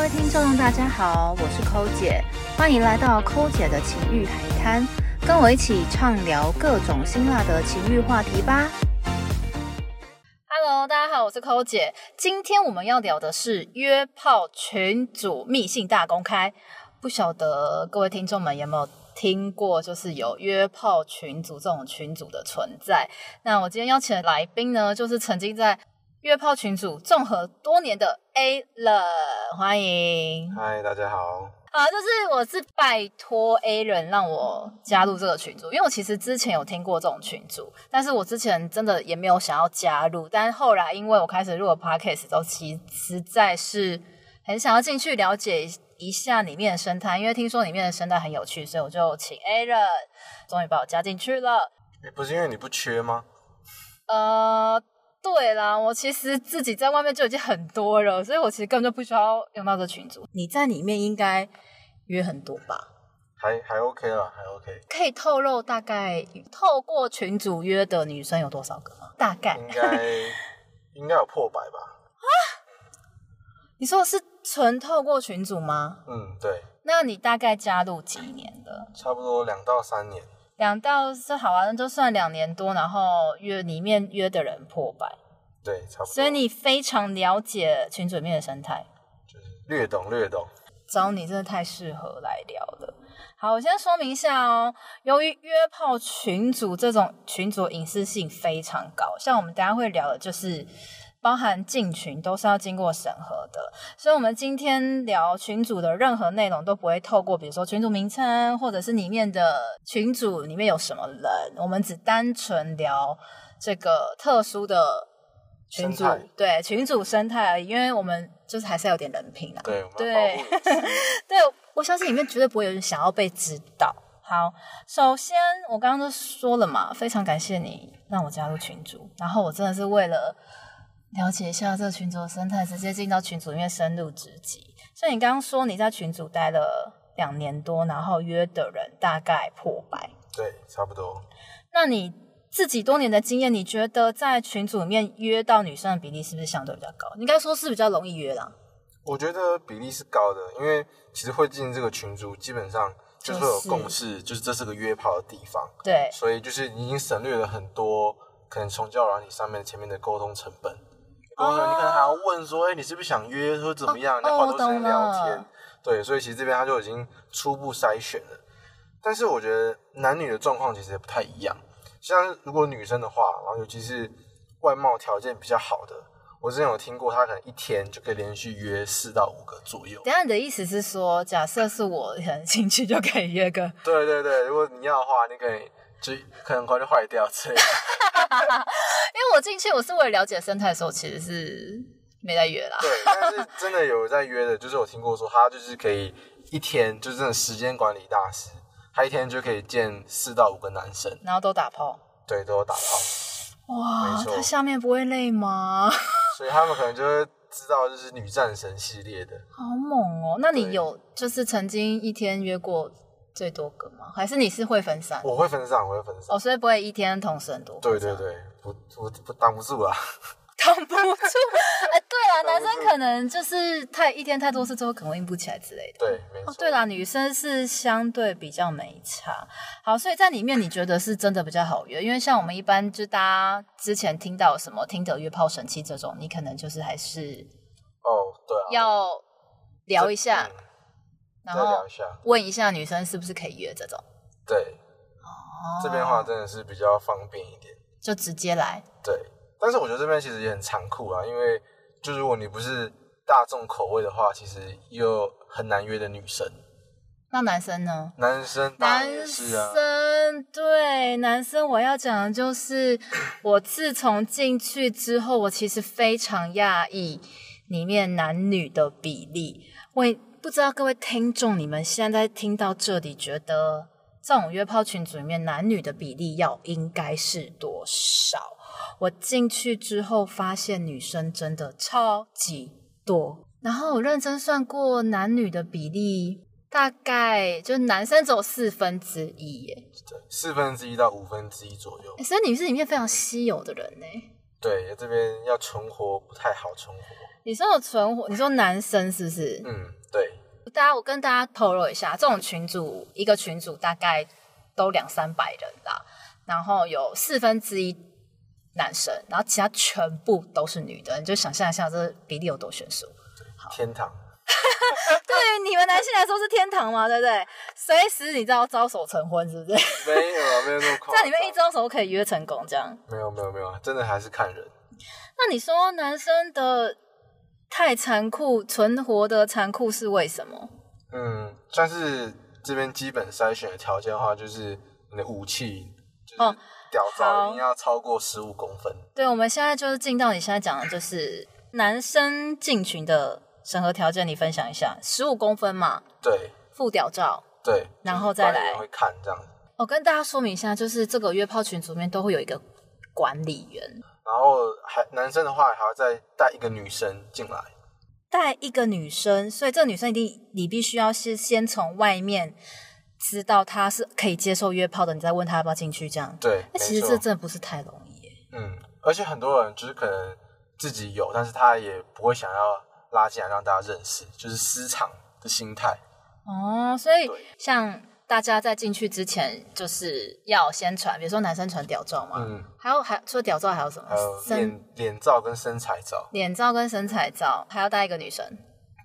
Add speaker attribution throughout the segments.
Speaker 1: 位听众，大家好，我是抠姐，欢迎来到抠姐的情欲海滩，跟我一起畅聊各种辛辣的情欲话题吧。Hello，大家好，我是抠姐，今天我们要聊的是约炮群组密信大公开。不晓得各位听众们有没有听过，就是有约炮群组这种群组的存在？那我今天邀请的来宾呢，就是曾经在约炮群组综合多年的 A 人，欢迎。
Speaker 2: 嗨，大家好。
Speaker 1: 啊，就是我是拜托 A 人让我加入这个群组，因为我其实之前有听过这种群组，但是我之前真的也没有想要加入，但是后来因为我开始录了 podcast 之后，其实在是很想要进去了解一下里面的生态，因为听说里面的生态很有趣，所以我就请 A 人，终于把我加进去了。
Speaker 2: 诶不是因为你不缺吗？
Speaker 1: 呃，对啦，我其实自己在外面就已经很多了，所以我其实根本就不需要用到这群组。你在里面应该约很多吧？
Speaker 2: 还还 OK 啦，还 OK，
Speaker 1: 可以透露大概透过群主约的女生有多少个吗？大概
Speaker 2: 应 该应该有破百吧？
Speaker 1: 你说的是纯透过群主吗？
Speaker 2: 嗯，对，
Speaker 1: 那你大概加入几年的？
Speaker 2: 差不多两到三年。
Speaker 1: 两到是好啊，那就算两年多，然后约里面约的人破百，
Speaker 2: 对，差不多。
Speaker 1: 所以你非常了解群组里面的生态。
Speaker 2: 就是略懂略懂。
Speaker 1: 找你真的太适合来聊了。好，我先说明一下哦。由于约炮群组这种群组隐私性非常高，像我们等一下会聊的就是包含进群都是要经过审核的，所以我们今天聊群组的任何内容都不会透过比如说群组名称或者是里面的群组里面有什么人，我们只单纯聊这个特殊的。群组
Speaker 2: 生态
Speaker 1: 对群组生态而已，因为我们就是还是要有点人品啊。
Speaker 2: 对，我们要保
Speaker 1: 对
Speaker 2: 护隐私
Speaker 1: 对，我相信里面绝对不会有人想要被指导。好，首先我刚刚都说了嘛，非常感谢你让我加入群组，然后我真的是为了了解一下这个群组的生态，直接进到群组里面深入直击。像你刚刚说你在群组待了两年多，然后约的人大概破百，
Speaker 2: 对，差不多。
Speaker 1: 那你自己多年的经验，你觉得在群组里面约到女生的比例是不是相对比较高？应该说是比较容易约啦。
Speaker 2: 我觉得比例是高的，因为其实会进这个群组，基本上就是会有
Speaker 1: 就是
Speaker 2: 共识，就是这是个约炮的地方，
Speaker 1: 对，
Speaker 2: 所以就是你已经省略了很多可能从交友软体上面前面的沟通成本。沟通成本你可能还要问说，哎、你是不是想约，或者怎么样？
Speaker 1: 哦
Speaker 2: 你要花多时
Speaker 1: 哦我懂
Speaker 2: 间聊天？
Speaker 1: 了
Speaker 2: 对，所以其实这边他就已经初步筛选了。但是我觉得男女的状况其实也不太一样。像如果女生的话，然后尤其是外貌条件比较好的，我之前有听过，她可能一天就可以连续约四到五个左右。
Speaker 1: 等一下你的意思是说，假设是我很兴趣就可以约个，
Speaker 2: 对对对，如果你要的话，你可以就可能很快就坏掉之类的。
Speaker 1: 因为我进去我是为了了解生态的时候，其实是没在约啦。
Speaker 2: 对，但是真的有在约的，就是我听过说他就是可以一天，就是真的时间管理大师，他一天就可以见四到五个男生，
Speaker 1: 然后都打炮，
Speaker 2: 对，都有打炮，
Speaker 1: 哇，
Speaker 2: 没错
Speaker 1: 他下面不会累吗？
Speaker 2: 所以他们可能就会知道就是女战神系列的，
Speaker 1: 好猛哦！那你
Speaker 2: 对
Speaker 1: 有就是曾经一天约过最多个吗？还是你是会分散？
Speaker 2: 我会分散，我会分散，
Speaker 1: 哦，所以不会一天同时很多。
Speaker 2: 对对，对，不不不挡不住啊，
Speaker 1: 扛不住。 哎，对啦，男
Speaker 2: 扛不住
Speaker 1: 生可能就是太一天太多次之后，可能硬不起来之类的。
Speaker 2: 对，没错，
Speaker 1: 哦，对啦，女生是相对比较没差。好，所以在里面你觉得是真的比较好约，因为像我们一般就大家之前听到什么听得约炮神器这种，你可能就是还是
Speaker 2: 哦对啊，
Speaker 1: 要聊一下，
Speaker 2: 嗯
Speaker 1: 然
Speaker 2: 再
Speaker 1: 后
Speaker 2: 聊一下，
Speaker 1: 问一下女生是不是可以约这种，
Speaker 2: 对，哦这边的
Speaker 1: 哦
Speaker 2: 话真的是比较方便一点。
Speaker 1: 就直接来。
Speaker 2: 对，但是我觉得这边其实也很残酷啊，因为就如果你不是大众口味的话，其实又很难约的女生，
Speaker 1: 那男生呢？
Speaker 2: 男生当然也
Speaker 1: 男
Speaker 2: 是啊，
Speaker 1: 生对男生，我要讲的就是，我自从进去之后，我其实非常讶异里面男女的比例。我也不知道各位听众，你们现在听到这里，觉得这种约炮群组里面男女的比例要应该是多少？我进去之后发现女生真的超级多，然后我认真算过男女的比例，大概就是男生只有四分之一耶，
Speaker 2: 对，四分之一到五分之一左右。
Speaker 1: 所以你是里面非常稀有的人呢。
Speaker 2: 对，这边要存活不太好存活，
Speaker 1: 你说有存活，你说男生是不是？
Speaker 2: 嗯，对，
Speaker 1: 大家，我跟大家透露一下，这种群组一个群组大概都两三百人啦，然后有四分之一男生，然后其他全部都是女的，你就想象一下这比例有多悬殊。
Speaker 2: 天堂。
Speaker 1: 对于你们男性来说是天堂嘛，对不对？随时你知道招手成婚是不是？
Speaker 2: 没有啊，没有那么夸张。
Speaker 1: 在里面一招手可以约成功这样。
Speaker 2: 没有没有没有，真的还是看人。
Speaker 1: 那你说男生的太残酷，存活的残酷是为什么？
Speaker 2: 嗯，像是这边基本筛选的条件的话，就是你的武器，就是
Speaker 1: 哦
Speaker 2: 屌照
Speaker 1: 好
Speaker 2: 一定要超过十五公分。
Speaker 1: 对，我们现在就是进到你现在讲的，就是男生进群的审核条件，你分享一下，十五公分嘛，
Speaker 2: 对
Speaker 1: 附屌照。
Speaker 2: 对，
Speaker 1: 然
Speaker 2: 就是
Speaker 1: 后再
Speaker 2: 班里人
Speaker 1: 来
Speaker 2: 会看这样子。
Speaker 1: 我、跟大家说明一下，就是这个约炮群组里面都会有一个管理员，
Speaker 2: 然后还男生的话，还要再带一个女生进来。
Speaker 1: 带一个女生，所以这个女生一定你必须要是先从外面知道她是可以接受约炮的，你再问她要不要进去这样。
Speaker 2: 对，
Speaker 1: 那其实
Speaker 2: 没
Speaker 1: 这
Speaker 2: 错
Speaker 1: 真的不是太容易耶。
Speaker 2: 嗯，而且很多人就是可能自己有，但是他也不会想要拉进来让大家认识，就是私藏的心态。
Speaker 1: 哦，所以
Speaker 2: 对
Speaker 1: 像大家在进去之前，就是要先传，比如说男生传屌照嘛，
Speaker 2: 嗯，
Speaker 1: 还有还除了屌照还有什么
Speaker 2: 还有？
Speaker 1: 身
Speaker 2: 脸脸照跟身材照。
Speaker 1: 脸照跟身材照，还要带一个女生。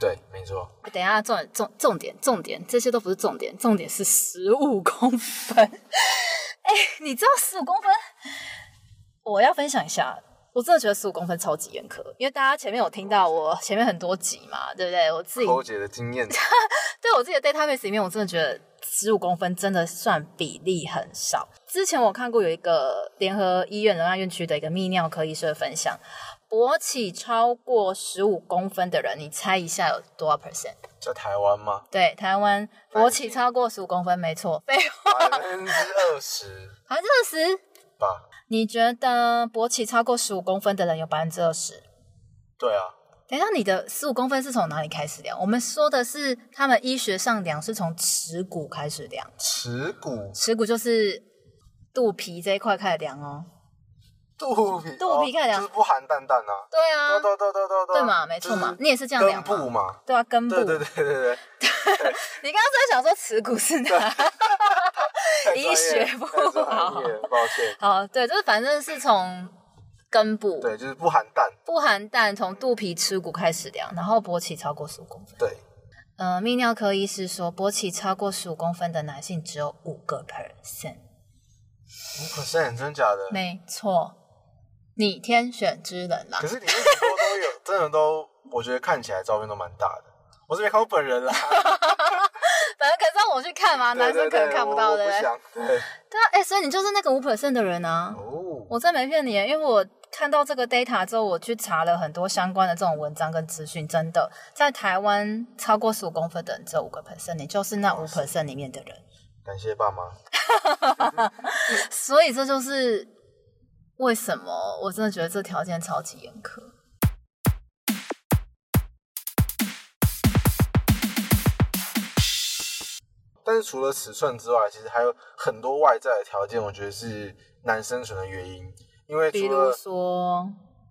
Speaker 2: 对，没错。
Speaker 1: 等一下，重重重点重点，这些都不是重点，重点是十五公分。 哎、你知道十五公分？我要分享一下，我真的觉得十五公分超级严苛，因为大家前面有听到我前面很多集嘛，对不对？我自己
Speaker 2: 抠姐的经 验，
Speaker 1: 对我自己的 database 里面，我真的觉得十五公分真的算比例很少。之前我看过有一个联合医院仁爱院区的一个泌尿科医生分享，勃起超过十五公分的人，你猜一下有多少 percent？
Speaker 2: 在台湾吗？
Speaker 1: 对，台湾勃起超过十五公分，没错。废话，
Speaker 2: 百分之二十
Speaker 1: 百分之二十，
Speaker 2: 吧。
Speaker 1: 你觉得勃起超过十五公分的人有百分之二十？
Speaker 2: 对啊，
Speaker 1: 等一下，你的十五公分是从哪里开始量？我们说的是他们医学上量是从耻骨开始量。
Speaker 2: 耻骨、
Speaker 1: 耻骨就是肚皮这一块开始量哦。
Speaker 2: 肚皮、
Speaker 1: 肚皮
Speaker 2: 哦
Speaker 1: 看起来
Speaker 2: 就是不含蛋蛋啊。
Speaker 1: 对啊，
Speaker 2: 对对对对
Speaker 1: 对嘛，没错嘛，你也是这样量
Speaker 2: 根部
Speaker 1: 嘛。
Speaker 2: 嘛。
Speaker 1: 对啊，根部。
Speaker 2: 对对对对 对，
Speaker 1: 你刚刚在想说耻骨是哪？
Speaker 2: 太专业
Speaker 1: 医学不
Speaker 2: 太专
Speaker 1: 好
Speaker 2: 业抱歉。
Speaker 1: 好，对，就是反正是从根部，
Speaker 2: 对，就是不含蛋。
Speaker 1: 不含蛋，从肚皮、耻骨开始量，然后勃起超过十五公分。
Speaker 2: 对，
Speaker 1: 呃，泌尿科医师说，勃起超过十五公分的男性只有五个 percent。
Speaker 2: 五 percent 欸真假的？
Speaker 1: 没错，你天选之人啦
Speaker 2: 可。是里面很多都有，真的都，我觉得看起来照片都蛮大的。我是没看过本人啦，
Speaker 1: 反正可是让我去看嘛，啊男生可能
Speaker 2: 对对对
Speaker 1: 看不
Speaker 2: 我
Speaker 1: 到
Speaker 2: 我
Speaker 1: 的。
Speaker 2: 不想。 对
Speaker 1: 对啊，哎、所以你就是那个五 percent 的人啊。
Speaker 2: 哦，
Speaker 1: 我真没骗你，因为我看到这个 data 之后，我去查了很多相关的这种文章跟资讯，真的在台湾超过十五公分的人只有五个 percent，你就是那五 percent 里面的人，
Speaker 2: 感谢爸妈。
Speaker 1: 所以这就是为什么我真的觉得这条件超级严苛。
Speaker 2: 但是除了尺寸之外，其实还有很多外在的条件，我觉得是难生存的原因。因为
Speaker 1: 比
Speaker 2: 除
Speaker 1: 如
Speaker 2: 了
Speaker 1: 说，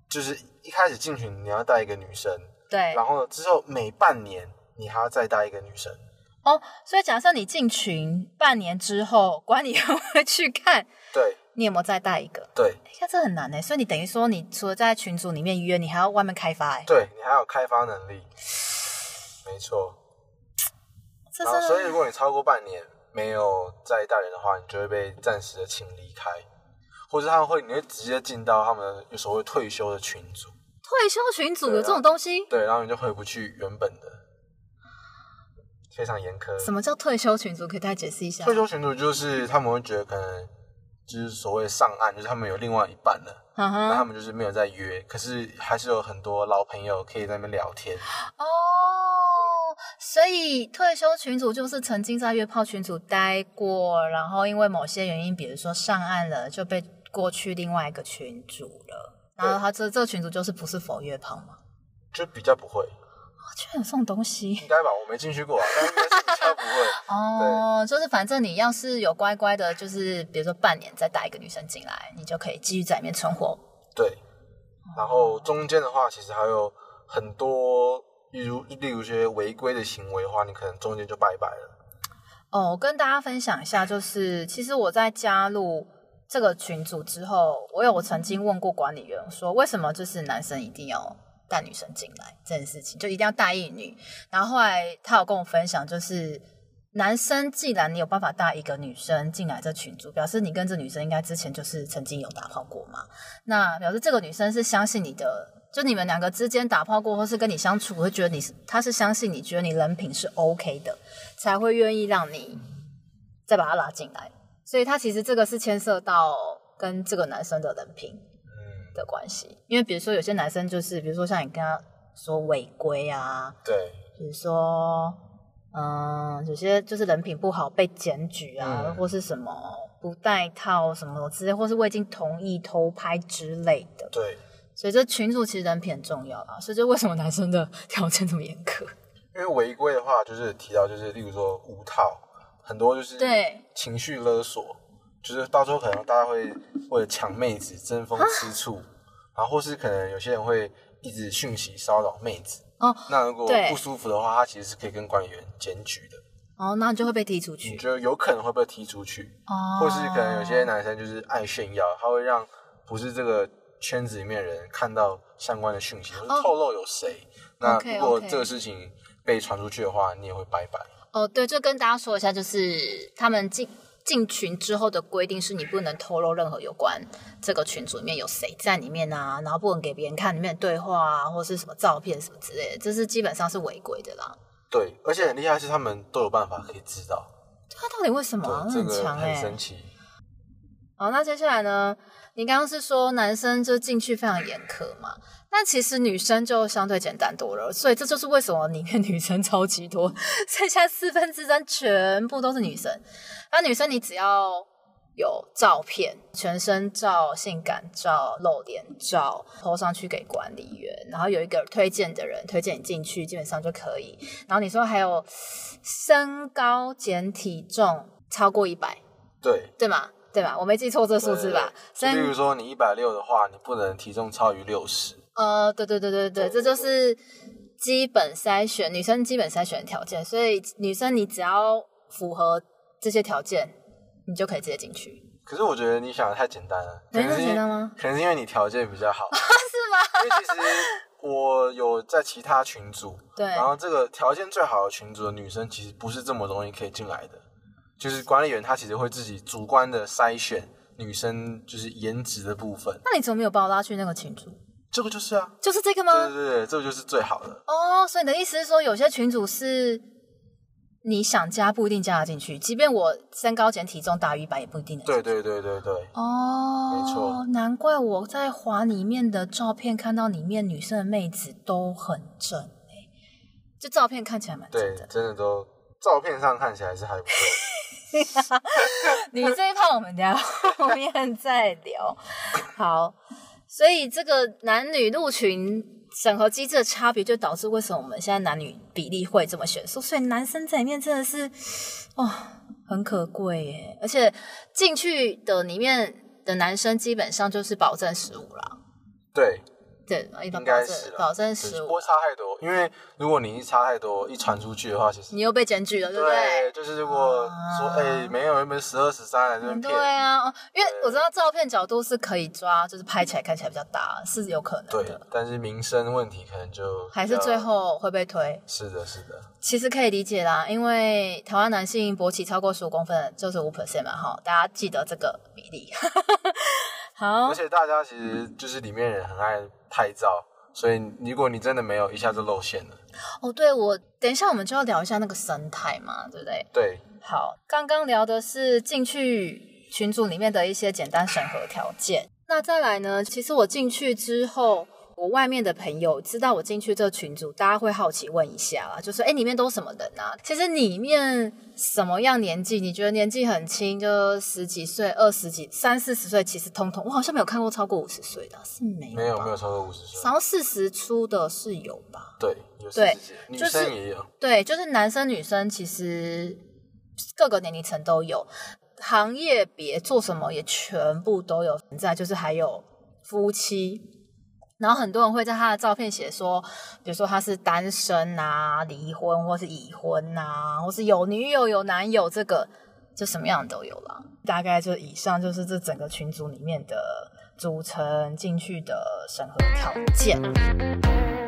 Speaker 2: 就是一开始进群你要带一个女生，
Speaker 1: 对
Speaker 2: 然后呢之后每半年你还要再带一个女生，
Speaker 1: 哦，所以假设你进群半年之后，管理员会去看
Speaker 2: 对
Speaker 1: 你有没有再带一个。
Speaker 2: 对
Speaker 1: 哎呀，这很难呢。所以你等于说，你除了在群组里面约，你还要外面开发哎，
Speaker 2: 对，你还有开发能力，没错。
Speaker 1: 这
Speaker 2: 然后
Speaker 1: 真
Speaker 2: 啊所以
Speaker 1: 的
Speaker 2: 如果你超过半年没有再带人的话，你就会被暂时的请离开，或者他们会你会直接进到他们有所谓退休的群组，
Speaker 1: 退休群组有这
Speaker 2: 对
Speaker 1: 种
Speaker 2: 啊
Speaker 1: 东西？
Speaker 2: 对，然后你就回不去原本的，非常严苛。
Speaker 1: 什么叫退休群组？可以大家解释一下吗？
Speaker 2: 退休群组就是他们会觉得可能就是所谓上岸，就是他们有另外一半了，
Speaker 1: 嗯
Speaker 2: 那、
Speaker 1: 哼，
Speaker 2: 他们就是没有在约，可是还是有很多老朋友可以在那边聊天。
Speaker 1: 哦，所以退休群组就是曾经在约炮群组待过，然后因为某些原因，比如说上岸了，就被过去另外一个群组了。然后他这这个群组就是不是否约炮嘛？
Speaker 2: 就比较不会，
Speaker 1: 哦，居然有这种东西
Speaker 2: 应该吧？我没进 去过、啊，但应该是比较不会。
Speaker 1: 哦，就是反正你要是有乖乖的，就是比如说半年再带一个女生进来，你就可以继续在里面存活。
Speaker 2: 对，然后中间的话，其实还有很多，例如例如一些违规的行为的话，你可能中间就拜拜了。
Speaker 1: 哦，我跟大家分享一下，就是其实我在加入这个群组之后，我有曾经问过管理员说，为什么就是男生一定要带女生进来这件事情，就一定要带一女。然后后来他有跟我分享，就是男生既然你有办法带一个女生进来这群组，表示你跟这女生应该之前就是曾经有打炮过嘛。那表示这个女生是相信你的，就你们两个之间打炮过，或是跟你相处，会觉得你是她是相信你，觉得你人品是 OK 的，才会愿意让你再把她拉进来。所以她其实这个是牵涉到跟这个男生的人品
Speaker 2: 嗯，
Speaker 1: 的关系，因为比如说有些男生就是，比如说像你跟他说违规啊，
Speaker 2: 对，
Speaker 1: 比如说嗯，有些就是人品不好被检举啊，
Speaker 2: 嗯
Speaker 1: 或是什么不戴套什么之类，或是未经同意偷拍之类的。
Speaker 2: 对，
Speaker 1: 所以这群主其实人品很重要啦，所以这为什么男生的条件这么严苛？
Speaker 2: 因为违规的话，就是提到就是例如说无套，很多就是
Speaker 1: 对
Speaker 2: 情绪勒索，就是到时候可能大家会为了抢妹子争风吃 醋，然后或是可能有些人会一直讯息骚扰妹子。
Speaker 1: 哦
Speaker 2: 那如果
Speaker 1: 对
Speaker 2: 不舒服的话，他其实是可以跟管理员检举的，
Speaker 1: 哦，那你就会被踢出
Speaker 2: 你
Speaker 1: 去
Speaker 2: 觉得有可能会被踢出去，
Speaker 1: 哦，
Speaker 2: 嗯或是可能有些男生就是爱炫耀，他会让不是这个圈子里面的人看到相关的讯息，或
Speaker 1: 哦
Speaker 2: 是透露有谁。那
Speaker 1: OK，OK
Speaker 2: 如果这个事情被传出去的话，你也会拜拜。
Speaker 1: 哦，对，就跟大家说一下，就是他们进进群之后的规定是，你不能透露任何有关这个群组里面有谁在里面啊，然后不能给别人看里面的对话啊，或是什么照片什么之类的，这是基本上是违规的啦。
Speaker 2: 对，而且很厉害是他们都有办法可以知道，
Speaker 1: 他到底为什么啊？
Speaker 2: 对，这
Speaker 1: 很
Speaker 2: 个
Speaker 1: 强哎、
Speaker 2: 很神奇。
Speaker 1: 好，那接下来呢？你刚刚是说男生就进去非常严苛嘛？那其实女生就相对简单多了，所以这就是为什么里面女生超级多，剩下四分之三全部都是女生。那女生你只要有照片，全身照、性感照、露脸照，抛上去给管理员，然后有一个推荐的人推荐你进去，基本上就可以。然后你说还有身高、减体重超过一百，
Speaker 2: 对，
Speaker 1: 对吗？对吧？我没记错这数字吧？
Speaker 2: 对对就例
Speaker 1: 身
Speaker 2: 如说你一百六的话，你不能体重超于六十。
Speaker 1: 呃，对对对对对，这就是基本筛选女生基本筛选的条件，所以女生你只要符合这些条件，你就可以直接进去，
Speaker 2: 可是我觉得你想的太简单了，可
Speaker 1: 没
Speaker 2: 能
Speaker 1: 那么
Speaker 2: 是因
Speaker 1: 简单
Speaker 2: 为
Speaker 1: 吗？
Speaker 2: 可能是因为你条件比 较好，
Speaker 1: 是吗？
Speaker 2: 因为其实我有在其他群组，
Speaker 1: 对，
Speaker 2: 然后这个条件最好的群组的女生其实不是这么容易可以进来的，就是管理员他其实会自己主观的筛选女生就是颜值的部分，
Speaker 1: 那你怎么没有把我拉去那个群组？
Speaker 2: 这个就是啊，
Speaker 1: 就是这个
Speaker 2: 对
Speaker 1: 吗？
Speaker 2: 对对，这个就是最好的。
Speaker 1: 哦，所以你的意思是说，有些群组是你想加不一定加得进去，即便我身高减体重大于一百，也不一定能进去
Speaker 2: 对对对对对，
Speaker 1: 哦，
Speaker 2: 没错，
Speaker 1: 难怪我在滑里面的照片看到里面女生的妹子都很正哎、就照片看起来蛮正
Speaker 2: 对，
Speaker 1: 的。
Speaker 2: 真的都照片上看起来是还不错。
Speaker 1: 你这一趴我们等一下后面再 聊。好，所以这个男女入群审核机制的差别，就导致为什么我们现在男女比例会这么悬殊。所以男生在里面真的是，哇、很可贵耶！而且进去的里面的男生基本上就是保证十五啦。
Speaker 2: 对，
Speaker 1: 对，一般
Speaker 2: 应
Speaker 1: 保
Speaker 2: 该
Speaker 1: 证
Speaker 2: 是啦
Speaker 1: 保证
Speaker 2: 只
Speaker 1: 十
Speaker 2: 是不
Speaker 1: 五
Speaker 2: 会，差太多，因为如果你一差太多，一传出去的话，其实
Speaker 1: 你又被检举了，对不
Speaker 2: 对，
Speaker 1: 对？
Speaker 2: 就是如果说
Speaker 1: 啊
Speaker 2: 哎没有，原本十二十三来这边
Speaker 1: 嗯对
Speaker 2: 骗，
Speaker 1: 啊，哦，因为我知道照片角度是可以抓，就是拍起来看起来比较大，是有可能
Speaker 2: 对啊
Speaker 1: 的，，
Speaker 2: 但是民生问题可能就
Speaker 1: 还是
Speaker 2: 比较
Speaker 1: 最后会被推。
Speaker 2: 是的，是的，
Speaker 1: 其实可以理解啦，因为台湾男性勃起超过十五公分就是五 percent 嘛，哈，大家记得这个比例。 好哦
Speaker 2: 而，且大家其实就是里面人很爱拍照，所以如果你真的没有，一下就露馅了。
Speaker 1: 哦，对，我等一下我们就要聊一下那个生态嘛，对不对？
Speaker 2: 对，
Speaker 1: 好，刚刚聊的是进去群组里面的一些简单审核条件。那再来呢？其实我进去之后，我外面的朋友知道我进去这群组，大家会好奇问一下啦，就说：“哎，里面都什么人啊？”其实里面什么样年纪？你觉得年纪很轻，就十几岁、二十几、三四十岁，其实通通我好像没有看过超过五十岁的，啊是没有吧
Speaker 2: 没有没有，超过五十岁，
Speaker 1: 少四十出的是有吧？
Speaker 2: 对，有四
Speaker 1: 对
Speaker 2: 十几，女
Speaker 1: 就是
Speaker 2: 生也有，
Speaker 1: 对，就是男生女生其实各个年龄层都有，行业别做什么也全部都有存在，就是还有夫妻。然后很多人会在他的照片写说，比如说他是单身啊、离婚或是已婚啊，或是有女友、有男友，这个就什么样都有啦。大概就以上就是这整个群组里面的组成进去的审核条件。